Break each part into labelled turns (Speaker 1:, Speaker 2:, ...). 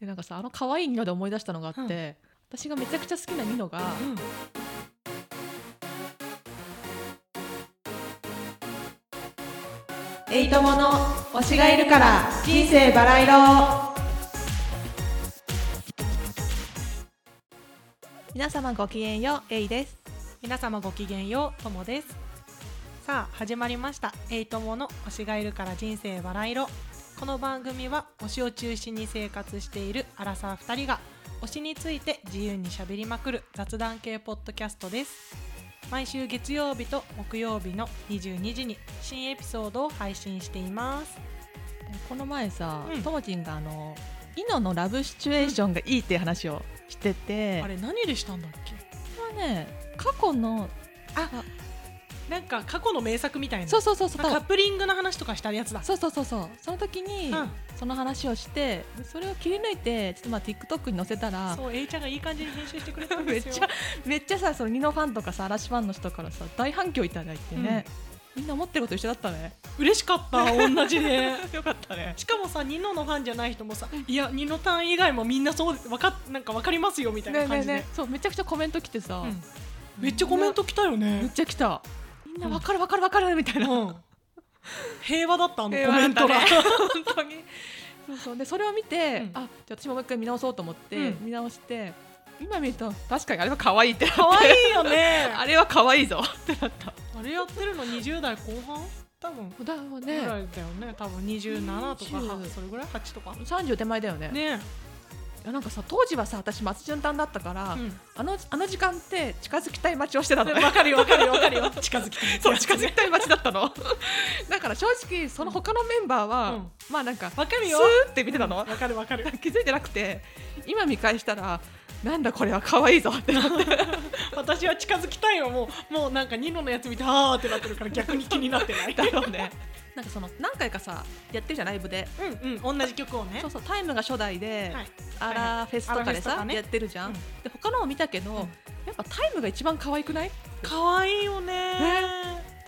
Speaker 1: でなんかさあの可愛いニノで思い出したのがあって、私がめちゃくちゃ好きなニノが、
Speaker 2: エイトモの推しがいるから人生バラ色
Speaker 1: 皆様ごきげんようエイです
Speaker 2: 皆様ごきげんようともですさあ始まりましたエイトモの推しがいるから人生バラ色この番組は推しを中心に生活しているアラサー2人が推しについて自由にしゃべりまくる雑談系ポッドキャストです毎週月曜日と木曜日の22時に新エピソードを配信しています
Speaker 1: この前さ、
Speaker 2: うん
Speaker 1: ともちんがあのニノのラブシチュエーションがいいっていう話をしてて、
Speaker 2: あれ何でしたんだっけ
Speaker 1: これはね過去の
Speaker 2: なんか過去の名作みたいな
Speaker 1: そうそうそうそう
Speaker 2: カップリングの話とかしたやつだ
Speaker 1: そうそうそうそうその時に
Speaker 2: うん
Speaker 1: その話をしてでそれを切り抜いてちょっとまあ TikTok に載せたら
Speaker 2: そう A ちゃんがいい感じに編集してくれたんですよ
Speaker 1: めっちめっちゃさそのニノファンとかさ嵐ファンの人からさ大反響いただいてね、みんな思ってること一緒だったね
Speaker 2: 嬉しか った同じで
Speaker 1: よかったね
Speaker 2: しかもさニノのファンじゃない人もさいやニノタン以外もみんなそうわかっなんかわかりますよみたいな
Speaker 1: ね
Speaker 2: 感
Speaker 1: ね
Speaker 2: じで、
Speaker 1: ねそうめちゃくちゃコメント来てさ、
Speaker 2: うんめっちゃコメント来たよ
Speaker 1: ねめっ
Speaker 2: ね
Speaker 1: ちゃ来たみんなわかるわかるわかるみたいな、
Speaker 2: うん平和だったあのコ
Speaker 1: 平和
Speaker 2: メ
Speaker 1: だっ
Speaker 2: ン
Speaker 1: た
Speaker 2: ト
Speaker 1: ね
Speaker 2: が、
Speaker 1: 本当にそうそうでそれを見て、
Speaker 2: うん
Speaker 1: あじゃあ私ももう一回見直そうと思って、
Speaker 2: うん
Speaker 1: 見直して今見ると確かにあれは可愛いってなって
Speaker 2: 可愛いよね
Speaker 1: あれは可愛いぞってなった
Speaker 2: あれやってるの20代後半多分
Speaker 1: だよ
Speaker 2: ぐら
Speaker 1: ね
Speaker 2: いだよね多分27とか
Speaker 1: 20
Speaker 2: それぐらい8とか
Speaker 1: 30手前だよね
Speaker 2: ね
Speaker 1: いやなんかさ当時はさ私松潤丹だったから、あのあの時間って近づきたい街をしてた のね
Speaker 2: わかるよわかるよわかるよ 近づきたい
Speaker 1: そう近づきたい街だったのだから正直その他のメンバーは、
Speaker 2: うん
Speaker 1: まあなんかス
Speaker 2: わかるよ
Speaker 1: ーって見てたの、
Speaker 2: わかるわかる
Speaker 1: 気づいてなくて今見返したらなんだこれは可愛いぞ ってなって
Speaker 2: 私は近づきたいよもうもうなんかニノのやつ見てあーってなってるから逆に気になって ない
Speaker 1: だろうねなんかその何回かさやってるじゃんライブで
Speaker 2: うんうん同じ曲をね
Speaker 1: そうそうタイムが初代で、
Speaker 2: はい
Speaker 1: アラフェスとかで
Speaker 2: アラフェスと
Speaker 1: さ、
Speaker 2: かね
Speaker 1: やってるじゃん、
Speaker 2: うん
Speaker 1: で他のを見たけど、
Speaker 2: ん
Speaker 1: やっぱタイムが一番可愛くない
Speaker 2: 可愛いよね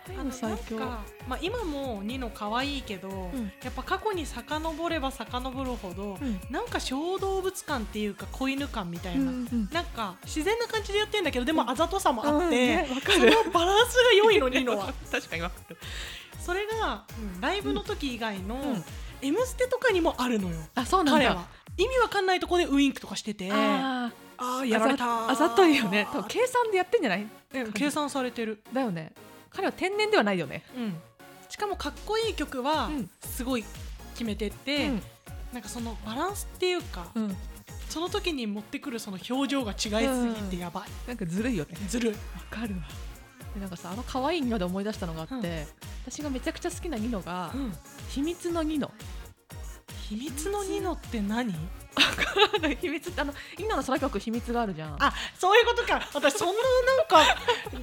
Speaker 1: タイ
Speaker 2: あ
Speaker 1: ム
Speaker 2: の
Speaker 1: 最強
Speaker 2: なんかまあ、今もニノ可愛いけど、
Speaker 1: ん
Speaker 2: やっぱ過去に遡れば遡るほど、
Speaker 1: うん
Speaker 2: なんか小動物感っていうか子犬感みたいな、
Speaker 1: うん
Speaker 2: なんか自然な感じでやってんだけどでもあざとさも
Speaker 1: うん
Speaker 2: あって、
Speaker 1: ねわか
Speaker 2: そ
Speaker 1: る
Speaker 2: のバランスが良いのニノは
Speaker 1: 確かにわかる
Speaker 2: それが、うんライブの時以外の
Speaker 1: んうん
Speaker 2: 「M ステ」とかにもあるのよ
Speaker 1: あそうなん
Speaker 2: 彼
Speaker 1: だ
Speaker 2: は意味わかんないとこでウインクとかしててあ
Speaker 1: あ
Speaker 2: あ
Speaker 1: ー
Speaker 2: やられたー
Speaker 1: あざあざといよね多分計算でやってんじゃない
Speaker 2: うん計算されてる、
Speaker 1: だよね彼は天然ではないよね
Speaker 2: うん、しかもかっこいい曲は
Speaker 1: うん
Speaker 2: すごい決めてって、
Speaker 1: うん
Speaker 2: なんかそのバランスっていうか、
Speaker 1: うん
Speaker 2: その時に持ってくるその表情が違いすぎてやばい、
Speaker 1: なんかずるいよね
Speaker 2: ずるい
Speaker 1: わかるわでなんかさあの可愛いニノで思い出したのがあって、
Speaker 2: うん
Speaker 1: 私がめちゃくちゃ好きなニノが「秘密のニノ」
Speaker 2: 秘密のニノって何
Speaker 1: 秘密ってあの今の空曲秘密があるじゃん。
Speaker 2: あそういうことか私そんななん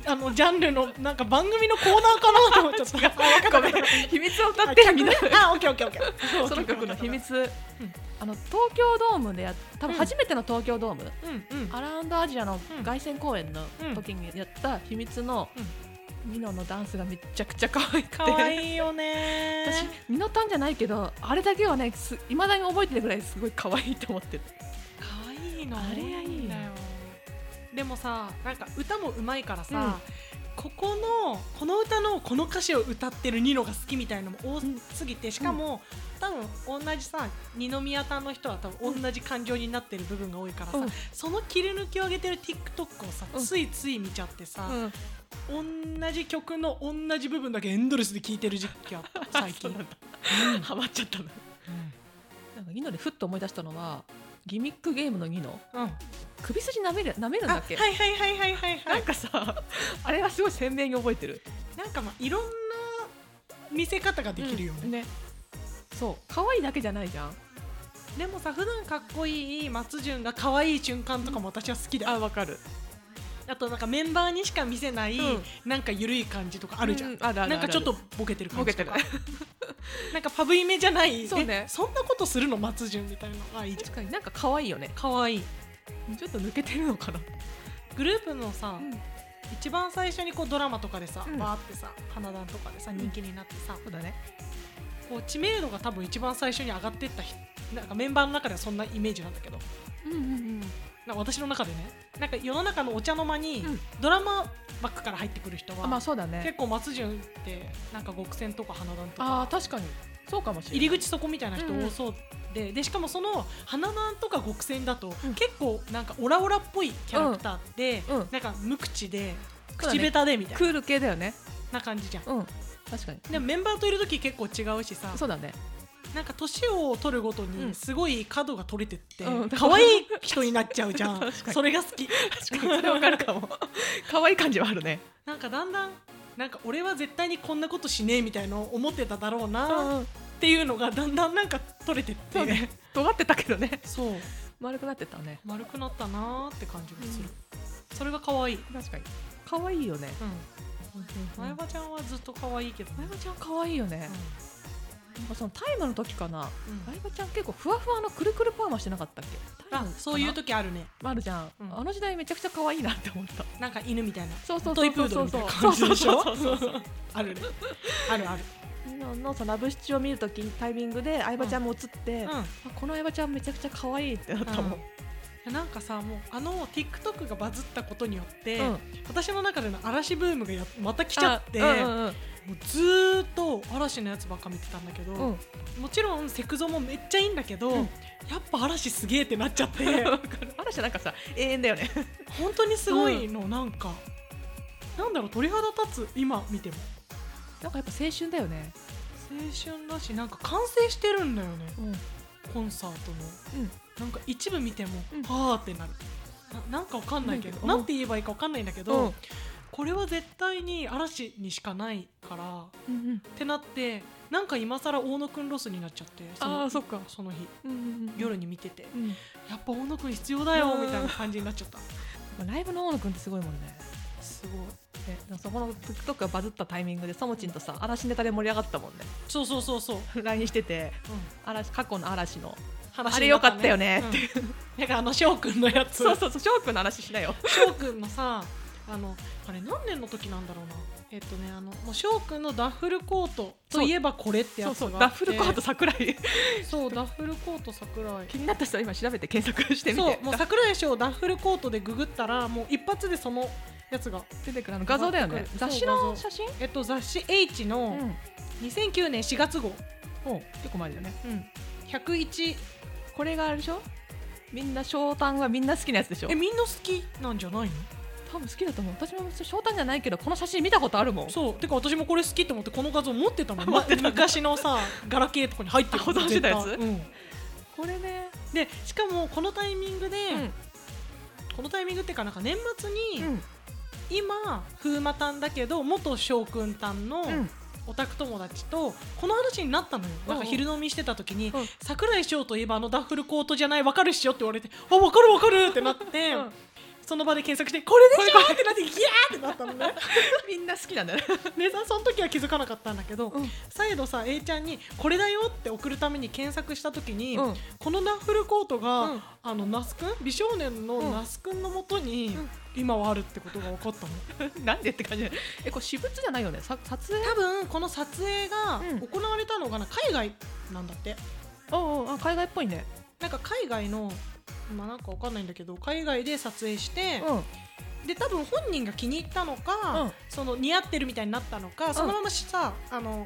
Speaker 2: かあのジャンルのなんか番組のコーナーかなと思っちゃったあ分か
Speaker 1: ご
Speaker 2: っ
Speaker 1: め
Speaker 2: た
Speaker 1: ん秘密を歌
Speaker 2: あ
Speaker 1: ってるみんな。
Speaker 2: 逆ね あオッケーオッケーオッケー
Speaker 1: 空曲の秘密
Speaker 2: うん。
Speaker 1: あの東京ドームでやっ多分
Speaker 2: うん
Speaker 1: 初めての東京ドーム、
Speaker 2: うんうん
Speaker 1: アラウンドアジアの
Speaker 2: うん
Speaker 1: 凱旋公演の
Speaker 2: うん
Speaker 1: 時にやった秘密の、ミノのダンスがめちゃくちゃ可愛くて
Speaker 2: 可愛いよね
Speaker 1: 私ミノタンじゃないけどあれだけはねいまだに覚えてるぐらいすごい可愛いと思ってる
Speaker 2: 可愛いの
Speaker 1: あれがいいよ
Speaker 2: 多んだよでもさなんか歌もうまいからさ、ここのこの歌のこの歌詞を歌ってるニノが好きみたいのも多すぎて、しかも、多分同じさ二宮さんの人は多分同じ感情になってる部分が多いからさ、
Speaker 1: うん
Speaker 2: その切り抜きを上げてる TikTok をさ、
Speaker 1: うん
Speaker 2: ついつい見ちゃってさ、
Speaker 1: うん
Speaker 2: 同じ曲の同じ部分だけエンドレスで聴いてる時期あった最 近
Speaker 1: そうなんだハマっちゃったのなんかニノでふっと思い出したのはギミックゲームのニノ
Speaker 2: うん、うん、
Speaker 1: 首筋舐める舐めるんだ
Speaker 2: あは
Speaker 1: っけ
Speaker 2: いはいはいはいはいはい
Speaker 1: なんか さ、あれはすごい鮮明に覚えてる。
Speaker 2: なんかまあいろんな見せ方ができるよね,、
Speaker 1: うんね。そう、可愛いだけじゃないじゃん。
Speaker 2: でもさ普段かっこいい松潤が可愛い瞬間とかも私は好きで、あ
Speaker 1: わかる。
Speaker 2: となんかメンバーにしか見せない、
Speaker 1: うん
Speaker 2: なんか緩い感じとかあるじゃん、
Speaker 1: うあるあるある
Speaker 2: なんかちょっとボケてる
Speaker 1: ボ
Speaker 2: 感
Speaker 1: ケ
Speaker 2: じ
Speaker 1: て
Speaker 2: と
Speaker 1: る
Speaker 2: か。 なんかパブイメじゃない
Speaker 1: そうね
Speaker 2: えそんなことするの松潤みたいなのがいいじゃん
Speaker 1: 確かになんか可愛いよね。
Speaker 2: 可愛い
Speaker 1: ちょっと抜けてるのかな。
Speaker 2: グループのさ、
Speaker 1: うん
Speaker 2: 一番最初にこうドラマとかでさ、
Speaker 1: うん
Speaker 2: バーってさ花壇とかでさ人気になってさ、
Speaker 1: そうだね。
Speaker 2: こう知名度が多分一番最初に上がってった人なんかメンバーの中ではそんなイメージなんだけど
Speaker 1: うんうん
Speaker 2: なんか私の中でねなんか世の中のお茶の間に
Speaker 1: うん
Speaker 2: ドラマバックから入ってくる人
Speaker 1: うん
Speaker 2: は、
Speaker 1: あまあそうだね
Speaker 2: 結構松潤ってなんか極戦とか花壇とか
Speaker 1: ああ確かにそうかもしれない
Speaker 2: 入り口そこみたいな人多そうで,、でしかもその花壇とか極戦だと、
Speaker 1: うん
Speaker 2: 結構なんかオラオラっぽいキャラクターで、
Speaker 1: うんうん
Speaker 2: なんか無口で
Speaker 1: そうだね
Speaker 2: 口下手でみたい
Speaker 1: クール系だよね
Speaker 2: な感じじゃん。
Speaker 1: うん確かに
Speaker 2: でもメンバーといる時結構違うしさ
Speaker 1: そうだね
Speaker 2: なんか年を取るごと
Speaker 1: う
Speaker 2: に
Speaker 1: ん
Speaker 2: すごい角が取れてって、
Speaker 1: うん
Speaker 2: 可愛い人になっちゃうじゃ ん
Speaker 1: 確かに
Speaker 2: それが好き
Speaker 1: 確かにそれわかるかも 可愛い感じはあるね
Speaker 2: なんかだんだんなんか俺は絶対にこんなことしねえみたいの思ってただろうなっていうのがだんだんなんか取れてって
Speaker 1: そうね尖ってたけどね
Speaker 2: そう
Speaker 1: 丸くなってたね
Speaker 2: 丸くなったなーって感じがする、それが可愛い、うん、
Speaker 1: 確かに可愛いよね
Speaker 2: 前
Speaker 1: 前
Speaker 2: 葉ちゃんはずっと可愛いけどね、
Speaker 1: 前葉ちゃん可愛いよねなんかその大麻の時かな
Speaker 2: うん
Speaker 1: 前葉ちゃん結構ふわふわのくるくるパーマしてなかったっけ
Speaker 2: あそういう
Speaker 1: 時
Speaker 2: 時あるね
Speaker 1: あるじゃん
Speaker 2: うん
Speaker 1: あの時代めちゃくちゃ可愛いなって思った
Speaker 2: なんか犬みたいな
Speaker 1: そうそう
Speaker 2: ト
Speaker 1: そ
Speaker 2: イ
Speaker 1: う
Speaker 2: プ
Speaker 1: そ
Speaker 2: ー
Speaker 1: う
Speaker 2: ド
Speaker 1: そうそう
Speaker 2: ルみたいな感じでしょ
Speaker 1: そうそうそう
Speaker 2: あるねあるある
Speaker 1: 今のそのラブシチュを見るときタイミングで相葉ちゃんも映って、
Speaker 2: うん
Speaker 1: あこの相葉ちゃんめちゃくちゃ可愛いってなったもん、
Speaker 2: うんなんかさもうあの TikTok がバズったことによって、
Speaker 1: うん
Speaker 2: 私の中での嵐ブームがやまた来ちゃって、
Speaker 1: あうんうん
Speaker 2: もうずーっと嵐のやつばっか見てたんだけど、
Speaker 1: うんうん
Speaker 2: もちろんセクゾもめっちゃいいんだけど、
Speaker 1: うん
Speaker 2: やっぱ嵐すげえってなっちゃ って
Speaker 1: 嵐なんかさ永遠だよね
Speaker 2: 本当にすごいの、なんかなんだろう鳥肌立つ今見ても
Speaker 1: なんかやっぱ青春だよね、
Speaker 2: 青春だしなんか完成してるんだよね
Speaker 1: うん、
Speaker 2: コンサートの
Speaker 1: うん
Speaker 2: なんか一部見ても、
Speaker 1: うん
Speaker 2: はーってなるななんかわかんないけど、
Speaker 1: うん
Speaker 2: なんて言えばいいかわかんないんだけど、
Speaker 1: うん
Speaker 2: これは絶対に嵐にしかないからっ
Speaker 1: うんうん
Speaker 2: てなってなんか今更大野くんロスになっちゃっての
Speaker 1: あーそっか
Speaker 2: その日
Speaker 1: うんうんうん
Speaker 2: 夜に見てて、
Speaker 1: うん
Speaker 2: やっぱ大野くん必要だよ
Speaker 1: うん
Speaker 2: みたいな感じになっちゃった
Speaker 1: まあライブの大野くんってすごいもんね
Speaker 2: すごい
Speaker 1: ねなんかそこの TikTok がバズったタイミングでそもちんとさ嵐ネタで盛り上がったもんね
Speaker 2: そうそうそうそう、
Speaker 1: LINE してて嵐過去の嵐の
Speaker 2: 話
Speaker 1: あれ良かったよね
Speaker 2: うんなんかあの翔くんのやつ
Speaker 1: そうそうそう翔くんの話しなよ
Speaker 2: 翔くんのさあのあれ何年の時なんだろうなえっとねあのもう翔くんのダッフルコートといえばこれっ
Speaker 1: そ
Speaker 2: てや
Speaker 1: う
Speaker 2: つ
Speaker 1: そう
Speaker 2: が
Speaker 1: ダッフルコート桜井
Speaker 2: トそうダッフルコート桜井
Speaker 1: 気になった人は今調べて検索してみ
Speaker 2: そ
Speaker 1: て
Speaker 2: うもう桜井翔ダッフルコートでググったらもう一発でそのやつが
Speaker 1: 出てくるあの画像だよね
Speaker 2: そう
Speaker 1: 雑誌の写真
Speaker 2: えっと雑誌 H
Speaker 1: う
Speaker 2: の2009年4月号、
Speaker 1: お結構前だよね
Speaker 2: うん、101
Speaker 1: これがあれでしょみんな翔太はみんな好きなやつでしょ
Speaker 2: えみんな好きなんじゃないの
Speaker 1: 多分好きだと思う私も翔太じゃないけどこの写真見たことあるもん
Speaker 2: そうてか私もこれ好きと思ってこの画像持ってた もん、
Speaker 1: 持ってた
Speaker 2: ま昔のさガラケーとかに入ってる
Speaker 1: あ保存してたやつ
Speaker 2: 絶対うん
Speaker 1: これね
Speaker 2: でしかもこのタイミングで、このタイミングっていうかなんか年末
Speaker 1: う
Speaker 2: に、
Speaker 1: ん
Speaker 2: 今風魔たんだけど元翔くんたんの
Speaker 1: うん
Speaker 2: オタク友達とこの話になったのよ、なんか昼飲みしてた時に、
Speaker 1: うん
Speaker 2: 桜井翔といえばあのダッフルコートじゃないわかるっしょって言われてあわかるわかるってなって、
Speaker 1: うん
Speaker 2: その場で検索してこれでしょってなってギャーってなったのね
Speaker 1: みんな好きなんだね
Speaker 2: でさその時は気づかなかったんだけど、
Speaker 1: うん
Speaker 2: 再度さ A ちゃんにこれだよって送るために検索した時に、
Speaker 1: うん
Speaker 2: このダッフルコートが、
Speaker 1: うん
Speaker 2: あの那須くん美少年の
Speaker 1: うん
Speaker 2: 那須くんのもとに
Speaker 1: うん
Speaker 2: 今はあるってことが分かった の、
Speaker 1: なんでって感じだよねえこれ私物じゃないよねさ撮影
Speaker 2: 多分この撮影が
Speaker 1: うん
Speaker 2: 行われたのがな海外なんだって
Speaker 1: あああ海外っぽいね
Speaker 2: なんか海外のまあなんかわかんないんだけど海外で撮影して、
Speaker 1: うん
Speaker 2: で多分本人が気に入ったのか、
Speaker 1: うん
Speaker 2: その似合ってるみたいになったのか、そのまましさあの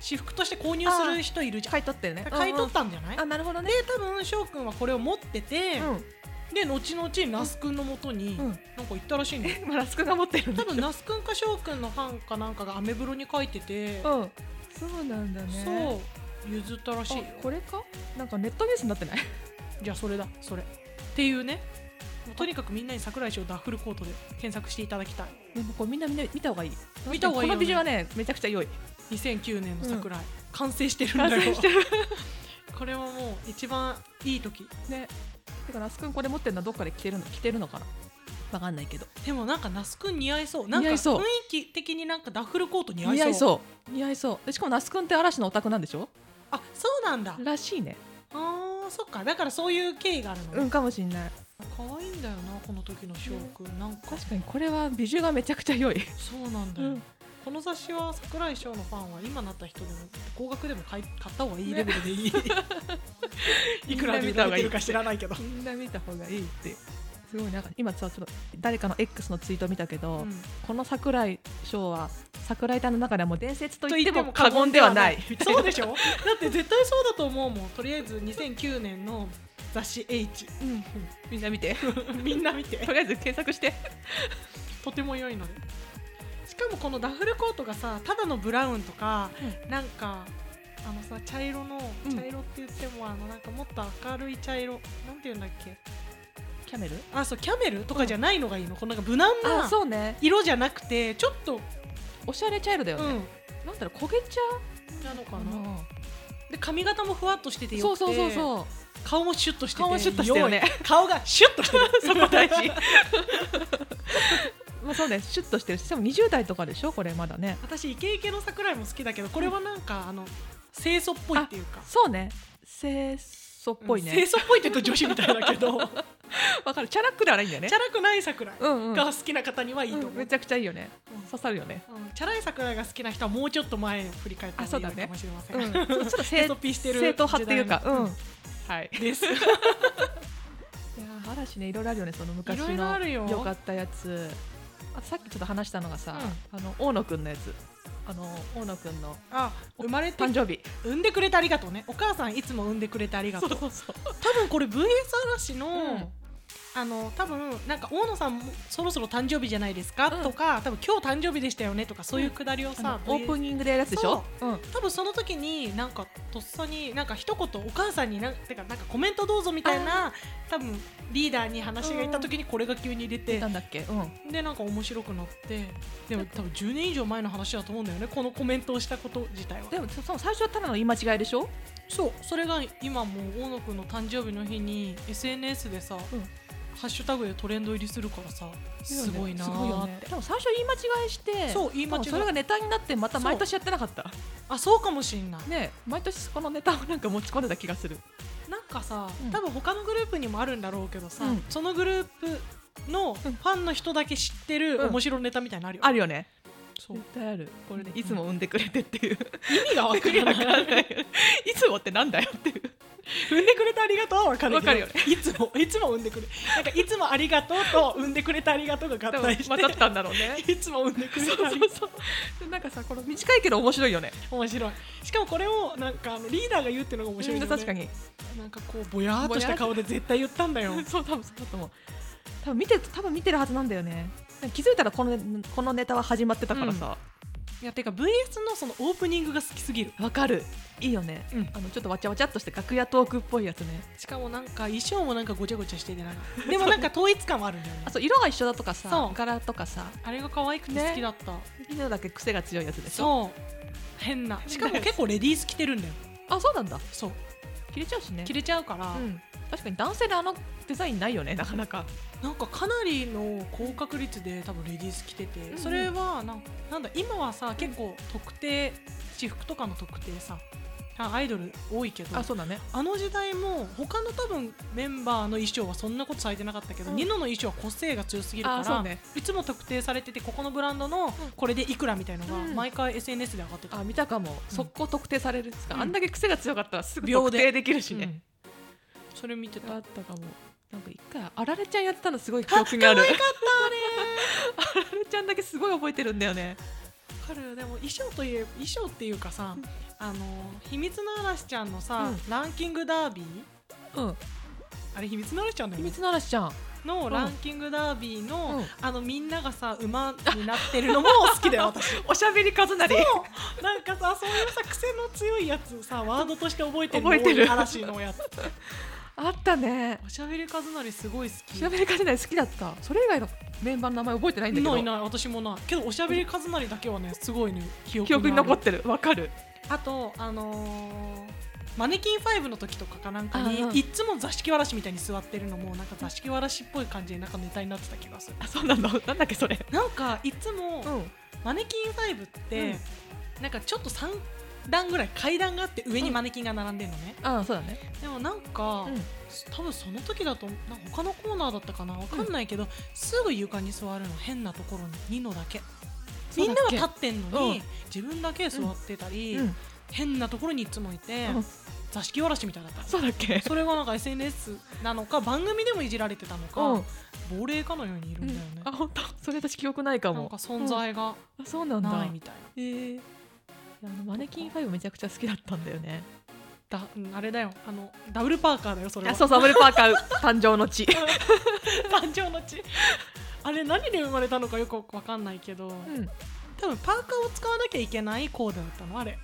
Speaker 2: 私服として購入する人いるじゃん
Speaker 1: 買い取ってね
Speaker 2: 買い取っ
Speaker 1: うん
Speaker 2: たんじゃない、
Speaker 1: うんあなるほどね
Speaker 2: で多分翔くんはこれを持ってて、
Speaker 1: う
Speaker 2: で後々那須くんのもとに、
Speaker 1: んう
Speaker 2: なん
Speaker 1: ん
Speaker 2: か行ったらしいんだよ
Speaker 1: マラスクが持ってるんだ
Speaker 2: 多分那須くんか翔くんのファンかなんかがアメブロに書いてて、
Speaker 1: うんそうなんだね
Speaker 2: そう譲ったらしいよ
Speaker 1: あこれかなんかネットニュースになってない
Speaker 2: じゃあそれだそれっていうねもうとにかくみんなに桜井翔ダッフルコートで検索していただきたい
Speaker 1: でもこれみんなみんな見た方がいい
Speaker 2: 見た方がいい
Speaker 1: こ
Speaker 2: よね
Speaker 1: のビジュはねめちゃくちゃ良い
Speaker 2: 2009年の桜井、完成してるんだ
Speaker 1: 完
Speaker 2: よ
Speaker 1: 成してる
Speaker 2: これはもう一番いい時
Speaker 1: ねてか那須くんこれ持ってるのはどっかで着てるの着てるのかなわかんないけど
Speaker 2: でもなんか那須くん似合いそうなん
Speaker 1: 似
Speaker 2: か
Speaker 1: 合
Speaker 2: 雰
Speaker 1: いそう
Speaker 2: 囲気的になんかダッフルコート似合いそう
Speaker 1: 似合いそう似合いそうでしかも那須くんって嵐のオタクなんでしょ
Speaker 2: あそうなんだ
Speaker 1: らしいね
Speaker 2: あーそっかだからそういう経緯があるの、
Speaker 1: う
Speaker 2: ね
Speaker 1: んかもしんない
Speaker 2: 可愛いんだよなこの時の翔くんなんか
Speaker 1: 確かにこれはビジュがめちゃくちゃ良い
Speaker 2: そうなんだ
Speaker 1: う
Speaker 2: よ、
Speaker 1: ん
Speaker 2: この雑誌は桜井翔のファンは今なった人でも高額でも買い買った方がいいレベルでいい、 いくらで売られてるか知らないけど、
Speaker 1: みんな見た方がいいってすごいなんか今さちょっと誰かの X のツイート見たけど、
Speaker 2: うん
Speaker 1: この桜井翔は桜井隊の中ではもう伝説と
Speaker 2: と
Speaker 1: 言っ
Speaker 2: 言
Speaker 1: て
Speaker 2: って
Speaker 1: も
Speaker 2: も
Speaker 1: 過
Speaker 2: 過
Speaker 1: 言で
Speaker 2: 言で
Speaker 1: は
Speaker 2: は
Speaker 1: な
Speaker 2: ないい
Speaker 1: みたい
Speaker 2: そう
Speaker 1: な
Speaker 2: でしょだって絶対そうだと思うもんとりあえず2009年の雑誌 H
Speaker 1: うんみんな見て
Speaker 2: みんな見て
Speaker 1: とりあえず検索して
Speaker 2: とても良いのでしかもこのダフルコートがさただのブラウンとか、なんかあのさ茶色の
Speaker 1: うん
Speaker 2: 茶色って言っても、あのなんかもっと明るい茶色なんて言うんだっけ
Speaker 1: キャメル
Speaker 2: あそうキャメルとかじゃないのがいいの、このなんか無難
Speaker 1: あ
Speaker 2: な
Speaker 1: そうね
Speaker 2: 色じゃなくてちょっと
Speaker 1: おしゃれチャイルだよ
Speaker 2: う
Speaker 1: ね、
Speaker 2: ん
Speaker 1: なんだろう焦げ茶
Speaker 2: なのか
Speaker 1: か
Speaker 2: な、
Speaker 1: な
Speaker 2: で髪型もふわっとしててよ
Speaker 1: そう
Speaker 2: くて
Speaker 1: そうそうそう
Speaker 2: 顔もシュッとしてて
Speaker 1: 顔もシュッとしてるね
Speaker 2: 良い顔がシュッとしてる
Speaker 1: そこ大事まあそうねシュッとしてるしでも20代とかでしょこれまだね
Speaker 2: 私イケイケの桜井も好きだけどこれはなんか、あの清楚っぽいっていうか
Speaker 1: そうね清楚っぽい
Speaker 2: うん清
Speaker 1: ね
Speaker 2: 楚っぽいって言うと女子みたいだけどチ
Speaker 1: わかるチャラくではないんだよね
Speaker 2: ャラくない桜井
Speaker 1: うんうん
Speaker 2: が好きな方にはいいと思う、
Speaker 1: うんめちゃくちゃいいよね
Speaker 2: うん
Speaker 1: 刺さるよね
Speaker 2: うんチャラい桜井が好きな人はもうちょっと前を振り返った方がいいのかもしれません、
Speaker 1: うん、ちょっと
Speaker 2: ヘ
Speaker 1: 正
Speaker 2: ッドピしてる
Speaker 1: 正統派っていうか、うん、
Speaker 2: 時
Speaker 1: はい。
Speaker 2: 代 のです
Speaker 1: いやー嵐ねいろいろあるよねその昔の
Speaker 2: いろいろあるよ
Speaker 1: かったやつあさっきちょっと話したのがさ、
Speaker 2: う
Speaker 1: あの大野くんのやつあの大野くんの
Speaker 2: あ生まれて
Speaker 1: 誕生日
Speaker 2: 産んでくれてありがとうねお母さんいつも産んでくれてありがとう
Speaker 1: そうそう
Speaker 2: 多分これ VS 嵐の、
Speaker 1: うん
Speaker 2: あの多分なんか大野さんもそろそろ誕生日じゃないですか、
Speaker 1: うん
Speaker 2: とか多分今日誕生日でしたよねとかそういうくだりを
Speaker 1: あ
Speaker 2: さ、
Speaker 1: のオープ
Speaker 2: VS
Speaker 1: ニングでやるやつでしょうん
Speaker 2: 多分その時になんかとっさになんか一言お母さんになんてかなんかコメントどうぞみたいな多分リーダーに話がいった時にこれが急に出て、
Speaker 1: 出たんだっけうん
Speaker 2: でなんか面白くなってでも多分10年以上前の話だと思うんだよねこのコメントをしたこと自体は
Speaker 1: でもそその最初はただの言い間違いでしょ
Speaker 2: そうそれが今もう大野くんの誕生日の日に SNS でさ、
Speaker 1: ん
Speaker 2: ハッシュタグでトレンド入りするからさすごいな
Speaker 1: すごいよ
Speaker 2: ーっ
Speaker 1: ね
Speaker 2: て、
Speaker 1: でも最初言い間違いして
Speaker 2: そう言い間違
Speaker 1: 多分
Speaker 2: い
Speaker 1: それがネタになってまた毎年やってなかった
Speaker 2: あそうかもしんない
Speaker 1: ね毎年このネタをなんか持ち込んでた気がする
Speaker 2: なんかさ、
Speaker 1: うん
Speaker 2: 多分他のグループにもあるんだろうけどさ、
Speaker 1: うん
Speaker 2: そのグループのファンの人だけ知ってる
Speaker 1: うん
Speaker 2: 面白いネタみたいなのあるよ、
Speaker 1: あるよね
Speaker 2: そう
Speaker 1: 絶対あるこれね
Speaker 2: うん
Speaker 1: いつも産んでくれてっていう
Speaker 2: 意味がわからない
Speaker 1: わかんないよ いつもってなんだよっていう
Speaker 2: 産んでくれてありがとうはわかるけど
Speaker 1: わかるよね
Speaker 2: いつもいつも産んでくれなんかいつもありがとうと産んでくれてありがとうが合
Speaker 1: 多分
Speaker 2: 体して
Speaker 1: 混ざったんだろうね
Speaker 2: いつも産んでくれて
Speaker 1: そ
Speaker 2: あ
Speaker 1: う
Speaker 2: りが
Speaker 1: そ
Speaker 2: とう
Speaker 1: うそうなんかさこの短いけど面白いよね
Speaker 2: 面白いしかもこれをなんかあのリーダーが言うっていうのが面白いよね
Speaker 1: 確かに
Speaker 2: なんかこうぼやーっとした顔で絶対言ったんだよ
Speaker 1: そう多分そうだと思う多分見てる多分見てるはずなんだよねなんか気づいたらこのねこのネタは始まってたからさ
Speaker 2: いやてか VS のそのオープニングが好きすぎる
Speaker 1: わ、かるいいよね、
Speaker 2: うん
Speaker 1: あのちょっとわちゃわちゃっとして楽屋トークっぽいやつね
Speaker 2: しかもなんか衣装もなんかごちゃごちゃしててなんかでもなんか統一感はあるんだよね
Speaker 1: あそう色が一緒だとかさ
Speaker 2: そう
Speaker 1: 柄とかさ
Speaker 2: あれが可愛くて好きだった、
Speaker 1: 色だけ癖が強いやつでしょ
Speaker 2: そう変な しかも結構レディース着てるんだよ
Speaker 1: あそうなんだ
Speaker 2: そう
Speaker 1: 切れちゃうしね
Speaker 2: 着れちゃうから、
Speaker 1: うん、確かに男性であのデザインないよねなかなか
Speaker 2: なんかかなりの高確率で多分レディース着てて、
Speaker 1: んうん
Speaker 2: それはなんなんだ今はさ結構特定私服とかの特定さあアイドル多いけど
Speaker 1: あそうだね
Speaker 2: あの時代も他の多分メンバーの衣装はそんなことされてなかったけど、
Speaker 1: うん
Speaker 2: ニノの衣装は個性が強すぎるか
Speaker 1: あそ
Speaker 2: ら、
Speaker 1: うね
Speaker 2: いつも特定されててここのブランドのこれでいくらみたいのが
Speaker 1: うん
Speaker 2: 毎回 SNS で上がってた、
Speaker 1: あ見たかも、速攻特定されるっつうか、
Speaker 2: うん
Speaker 1: あんだけ癖が強かったらすぐ
Speaker 2: 秒
Speaker 1: 特
Speaker 2: で
Speaker 1: 定できるしね、
Speaker 2: うんそれ見てた
Speaker 1: あ
Speaker 2: あ
Speaker 1: ったかもなんか一回あられちゃんやってたのすごい記憶にあるあ られちゃんだけすごい覚えてるんだよね
Speaker 2: かるでも衣装といえ衣装っていうかさ、
Speaker 1: うん
Speaker 2: あの秘密の嵐ちゃんのさ、
Speaker 1: う
Speaker 2: ランキングダービー
Speaker 1: うん
Speaker 2: あれ秘密の嵐ちゃんだ
Speaker 1: 秘
Speaker 2: よね
Speaker 1: 密の嵐ちゃん、
Speaker 2: の
Speaker 1: ん
Speaker 2: ランキングダービー
Speaker 1: う
Speaker 2: の、
Speaker 1: ん
Speaker 2: あのみんながさ馬になってるのも 好きだよ私
Speaker 1: おしゃべり数なり
Speaker 2: なんかさそういうさ癖の強いやつ さワードとして覚えてる
Speaker 1: 覚えてる
Speaker 2: 多い嵐のやつ
Speaker 1: あったね
Speaker 2: おしゃべりカズナリすごい好
Speaker 1: お
Speaker 2: き
Speaker 1: しゃべり数なり好きだったそれ以外のメンバーの名前覚えてないんだけど
Speaker 2: ないない私もないけどおしゃべりカズナリだけはねすごいね記憶
Speaker 1: 記憶に
Speaker 2: ある
Speaker 1: 残ってるわかる
Speaker 2: あとあのーマネキン5の時とかかなんかに、
Speaker 1: あうん
Speaker 2: いっつも座敷わらしみたいに座ってるのもなんか座敷わらしっぽい感じでなんかネタになってた気がする
Speaker 1: あそうなのなんだっけそれ
Speaker 2: なんかいっつも、
Speaker 1: ん
Speaker 2: マネキン5って、なんかちょっと3段ぐらい階段があって上にマネキンが並んでるのね、
Speaker 1: あそうだね
Speaker 2: でもなんか、
Speaker 1: うん
Speaker 2: 多分その時だとなんか他のコーナーだったかなわかんないけど、すぐ床に座るの変なところにニノだけ
Speaker 1: そう
Speaker 2: み
Speaker 1: だっ
Speaker 2: んなは
Speaker 1: け
Speaker 2: 立ってんのに、
Speaker 1: うん
Speaker 2: 自分だけ座ってたり、
Speaker 1: うん
Speaker 2: 変なところにいつもいて、
Speaker 1: うん
Speaker 2: 座敷わらしみたいだったの
Speaker 1: そうだっけ
Speaker 2: それがなんか SNS なのか番組でもいじられてたのか、
Speaker 1: うん
Speaker 2: 亡霊かのようにいるんだよね、
Speaker 1: あ本当それ私記憶ないか
Speaker 2: なん
Speaker 1: も
Speaker 2: か存在が
Speaker 1: あそうなんだ
Speaker 2: ないみたい
Speaker 1: えーいやあのマネキンファイブめちゃくちゃ好きだったんだよね
Speaker 2: な、だうんあれだよあのダブルパーカーだよそれは
Speaker 1: あそうサムルパーカ ー誕生の地
Speaker 2: 誕生の地あれ何で生まれたのかよくわかんないけど、
Speaker 1: うん
Speaker 2: 多分パーカーを使わなきゃいけないコーデだったのあれ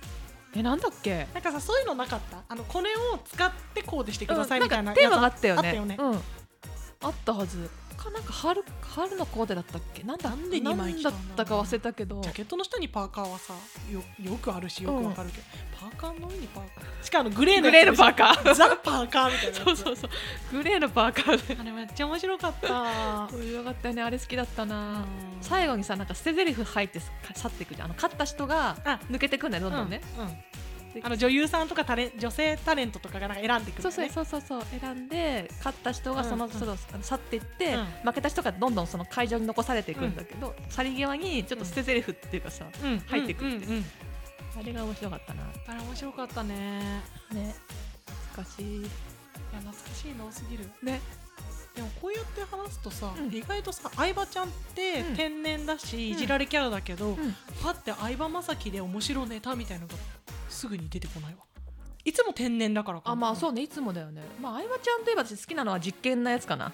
Speaker 1: えなんだっけ
Speaker 2: なんかさそういうのなかったあのこれを使ってコーデしてください
Speaker 1: うん
Speaker 2: みたいな,、
Speaker 1: んかテーマがあったよね
Speaker 2: あったよね
Speaker 1: うん、あったはずかなんか春春のコーデだったっけなんだ
Speaker 2: なんで二枚着たんだろう
Speaker 1: なんだったか忘れたけど
Speaker 2: ジャケットの下にパーカーはさよよくあるしよくわかるけど、パーカーの上にパーカーしかもあのグレーの
Speaker 1: グレーのパ
Speaker 2: ー
Speaker 1: ーカー
Speaker 2: ザ・パーカーみたいなやつ
Speaker 1: そうそうそうグレーのパーカーで
Speaker 2: あれめっちゃ面白かった
Speaker 1: これよかったよねあれ好きだったな、
Speaker 2: うん
Speaker 1: 最後にさなんか捨て台詞入って去っていくじゃんあの勝った人が
Speaker 2: あ
Speaker 1: 抜けてくんだよどんどんね、
Speaker 2: うんうん
Speaker 1: で
Speaker 2: あの女優さんとかタレ女性タレントとかがなんか選んでくる
Speaker 1: そ
Speaker 2: の
Speaker 1: うそう
Speaker 2: ね
Speaker 1: そうそうそう選んで勝った人がその
Speaker 2: うんうん
Speaker 1: 都度あの去っていって、
Speaker 2: うん
Speaker 1: 負けた人がどんどんその会場に残されていくんだけど、去り際にちょっと捨て台詞っていうかさ、
Speaker 2: うん
Speaker 1: 入ってくる
Speaker 2: うんうんうん
Speaker 1: あれが面白かったな
Speaker 2: あれ面白かったねい
Speaker 1: ね懐かしい
Speaker 2: や懐かしいの多すぎる
Speaker 1: ね
Speaker 2: でもこうやって話すとさ、
Speaker 1: うん
Speaker 2: 意外とさ相葉ちゃんって
Speaker 1: うん
Speaker 2: 天然だし、いじられキャラだけど、パって相葉雅紀で面白ネタみたいのがすぐに出てこないわいつも天然だからかな
Speaker 1: あまあそうねいつもだよねまあ相葉ちゃんといえば私好きなのは実験のやつかな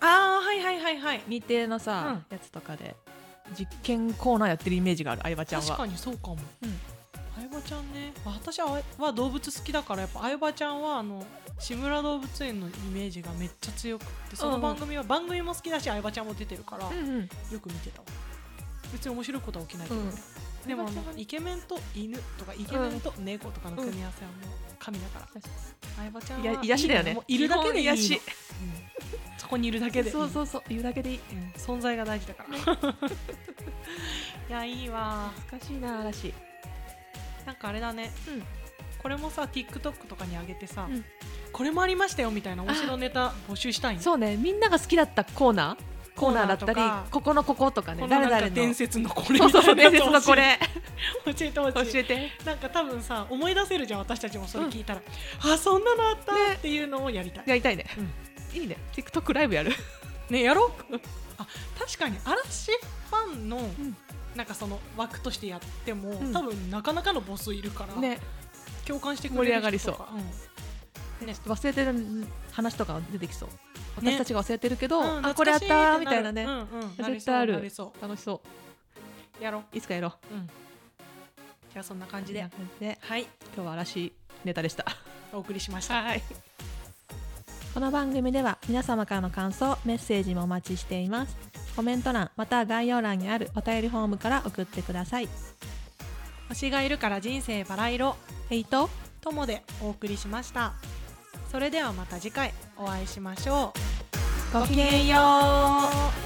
Speaker 2: あーはいはいはいはい
Speaker 1: 未定のさ、やつとかで実験コーナーやってるイメージがある相葉ちゃんは
Speaker 2: 確かにそうかも、
Speaker 1: うん
Speaker 2: 相葉ちゃんね私はは動物好きだからやっぱ相葉ちゃんはあの志村動物園のイメージがめっちゃ強くてその番組は番組も好きだし相葉ちゃんも出てるから、
Speaker 1: うんうん
Speaker 2: よく見てたわ別に面白いことは起きないけどね、
Speaker 1: うん
Speaker 2: でもあ
Speaker 1: 相葉ちゃ
Speaker 2: の
Speaker 1: んは
Speaker 2: イケメンと犬とかイケメンと猫とかの組み合わせはもう神だから、相葉ちゃん
Speaker 1: いや
Speaker 2: は
Speaker 1: 癒やしだよね
Speaker 2: もういるだけでいいの
Speaker 1: 基本癒し
Speaker 2: うんそこにいるだけでいい
Speaker 1: そうそうそう言うだけでいい
Speaker 2: うん存在が大事だから いやいいわ
Speaker 1: 懐かしいな嵐
Speaker 2: なんかあれだね、
Speaker 1: うん
Speaker 2: これもさ TikTok とかに上げてさ、
Speaker 1: うん
Speaker 2: これもありましたよみたいな面白ネタ募集したいね
Speaker 1: そうねみんなが好きだったコーナーコーナーだった
Speaker 2: コーナーと
Speaker 1: り
Speaker 2: か
Speaker 1: ここのこことかね
Speaker 2: この
Speaker 1: 誰
Speaker 2: なん
Speaker 1: 々
Speaker 2: か
Speaker 1: の
Speaker 2: 伝説のこれ
Speaker 1: そうそ
Speaker 2: みた
Speaker 1: うそう
Speaker 2: いなや
Speaker 1: 伝
Speaker 2: つ
Speaker 1: 説のこれ
Speaker 2: 教えてほしい
Speaker 1: 教えて
Speaker 2: なんか多分さ思い出せるじゃん私たちもそれ聞いたら、あそんなのあったっていうのをやりたいね
Speaker 1: やりたいねいいね TikTok ライブやる
Speaker 2: やろう あ確かに嵐ファンの、
Speaker 1: ん
Speaker 2: なんかその枠としてやっても、
Speaker 1: うん
Speaker 2: 多分なかなかのボスいるから、
Speaker 1: ね
Speaker 2: 共感してくれる人とか
Speaker 1: 盛り上がりそう
Speaker 2: ね
Speaker 1: 忘れてる話とか出てきそう
Speaker 2: ね
Speaker 1: 私たちが忘れてるけど
Speaker 2: うん、うん
Speaker 1: あこれあったーみたいなね
Speaker 2: うんうんな
Speaker 1: 絶
Speaker 2: りそう
Speaker 1: 対ある
Speaker 2: なりそ
Speaker 1: 楽しそう
Speaker 2: うやろう
Speaker 1: いつかやろう
Speaker 2: うんじゃあそんな感
Speaker 1: こ
Speaker 2: じ
Speaker 1: ん
Speaker 2: で
Speaker 1: な、感じで
Speaker 2: はい
Speaker 1: 今日は嵐ネタでした
Speaker 2: お送りしましたはい
Speaker 1: この番組では皆様からの感想メッセージもお待ちしていますコメント欄または概要欄にあるお便りフォームから送ってください
Speaker 2: 星がいるから人生バラ色
Speaker 1: ヘイト
Speaker 2: ともでお送りしましたそれではまた次回お会いしましょう
Speaker 1: ごきげんよう
Speaker 2: よう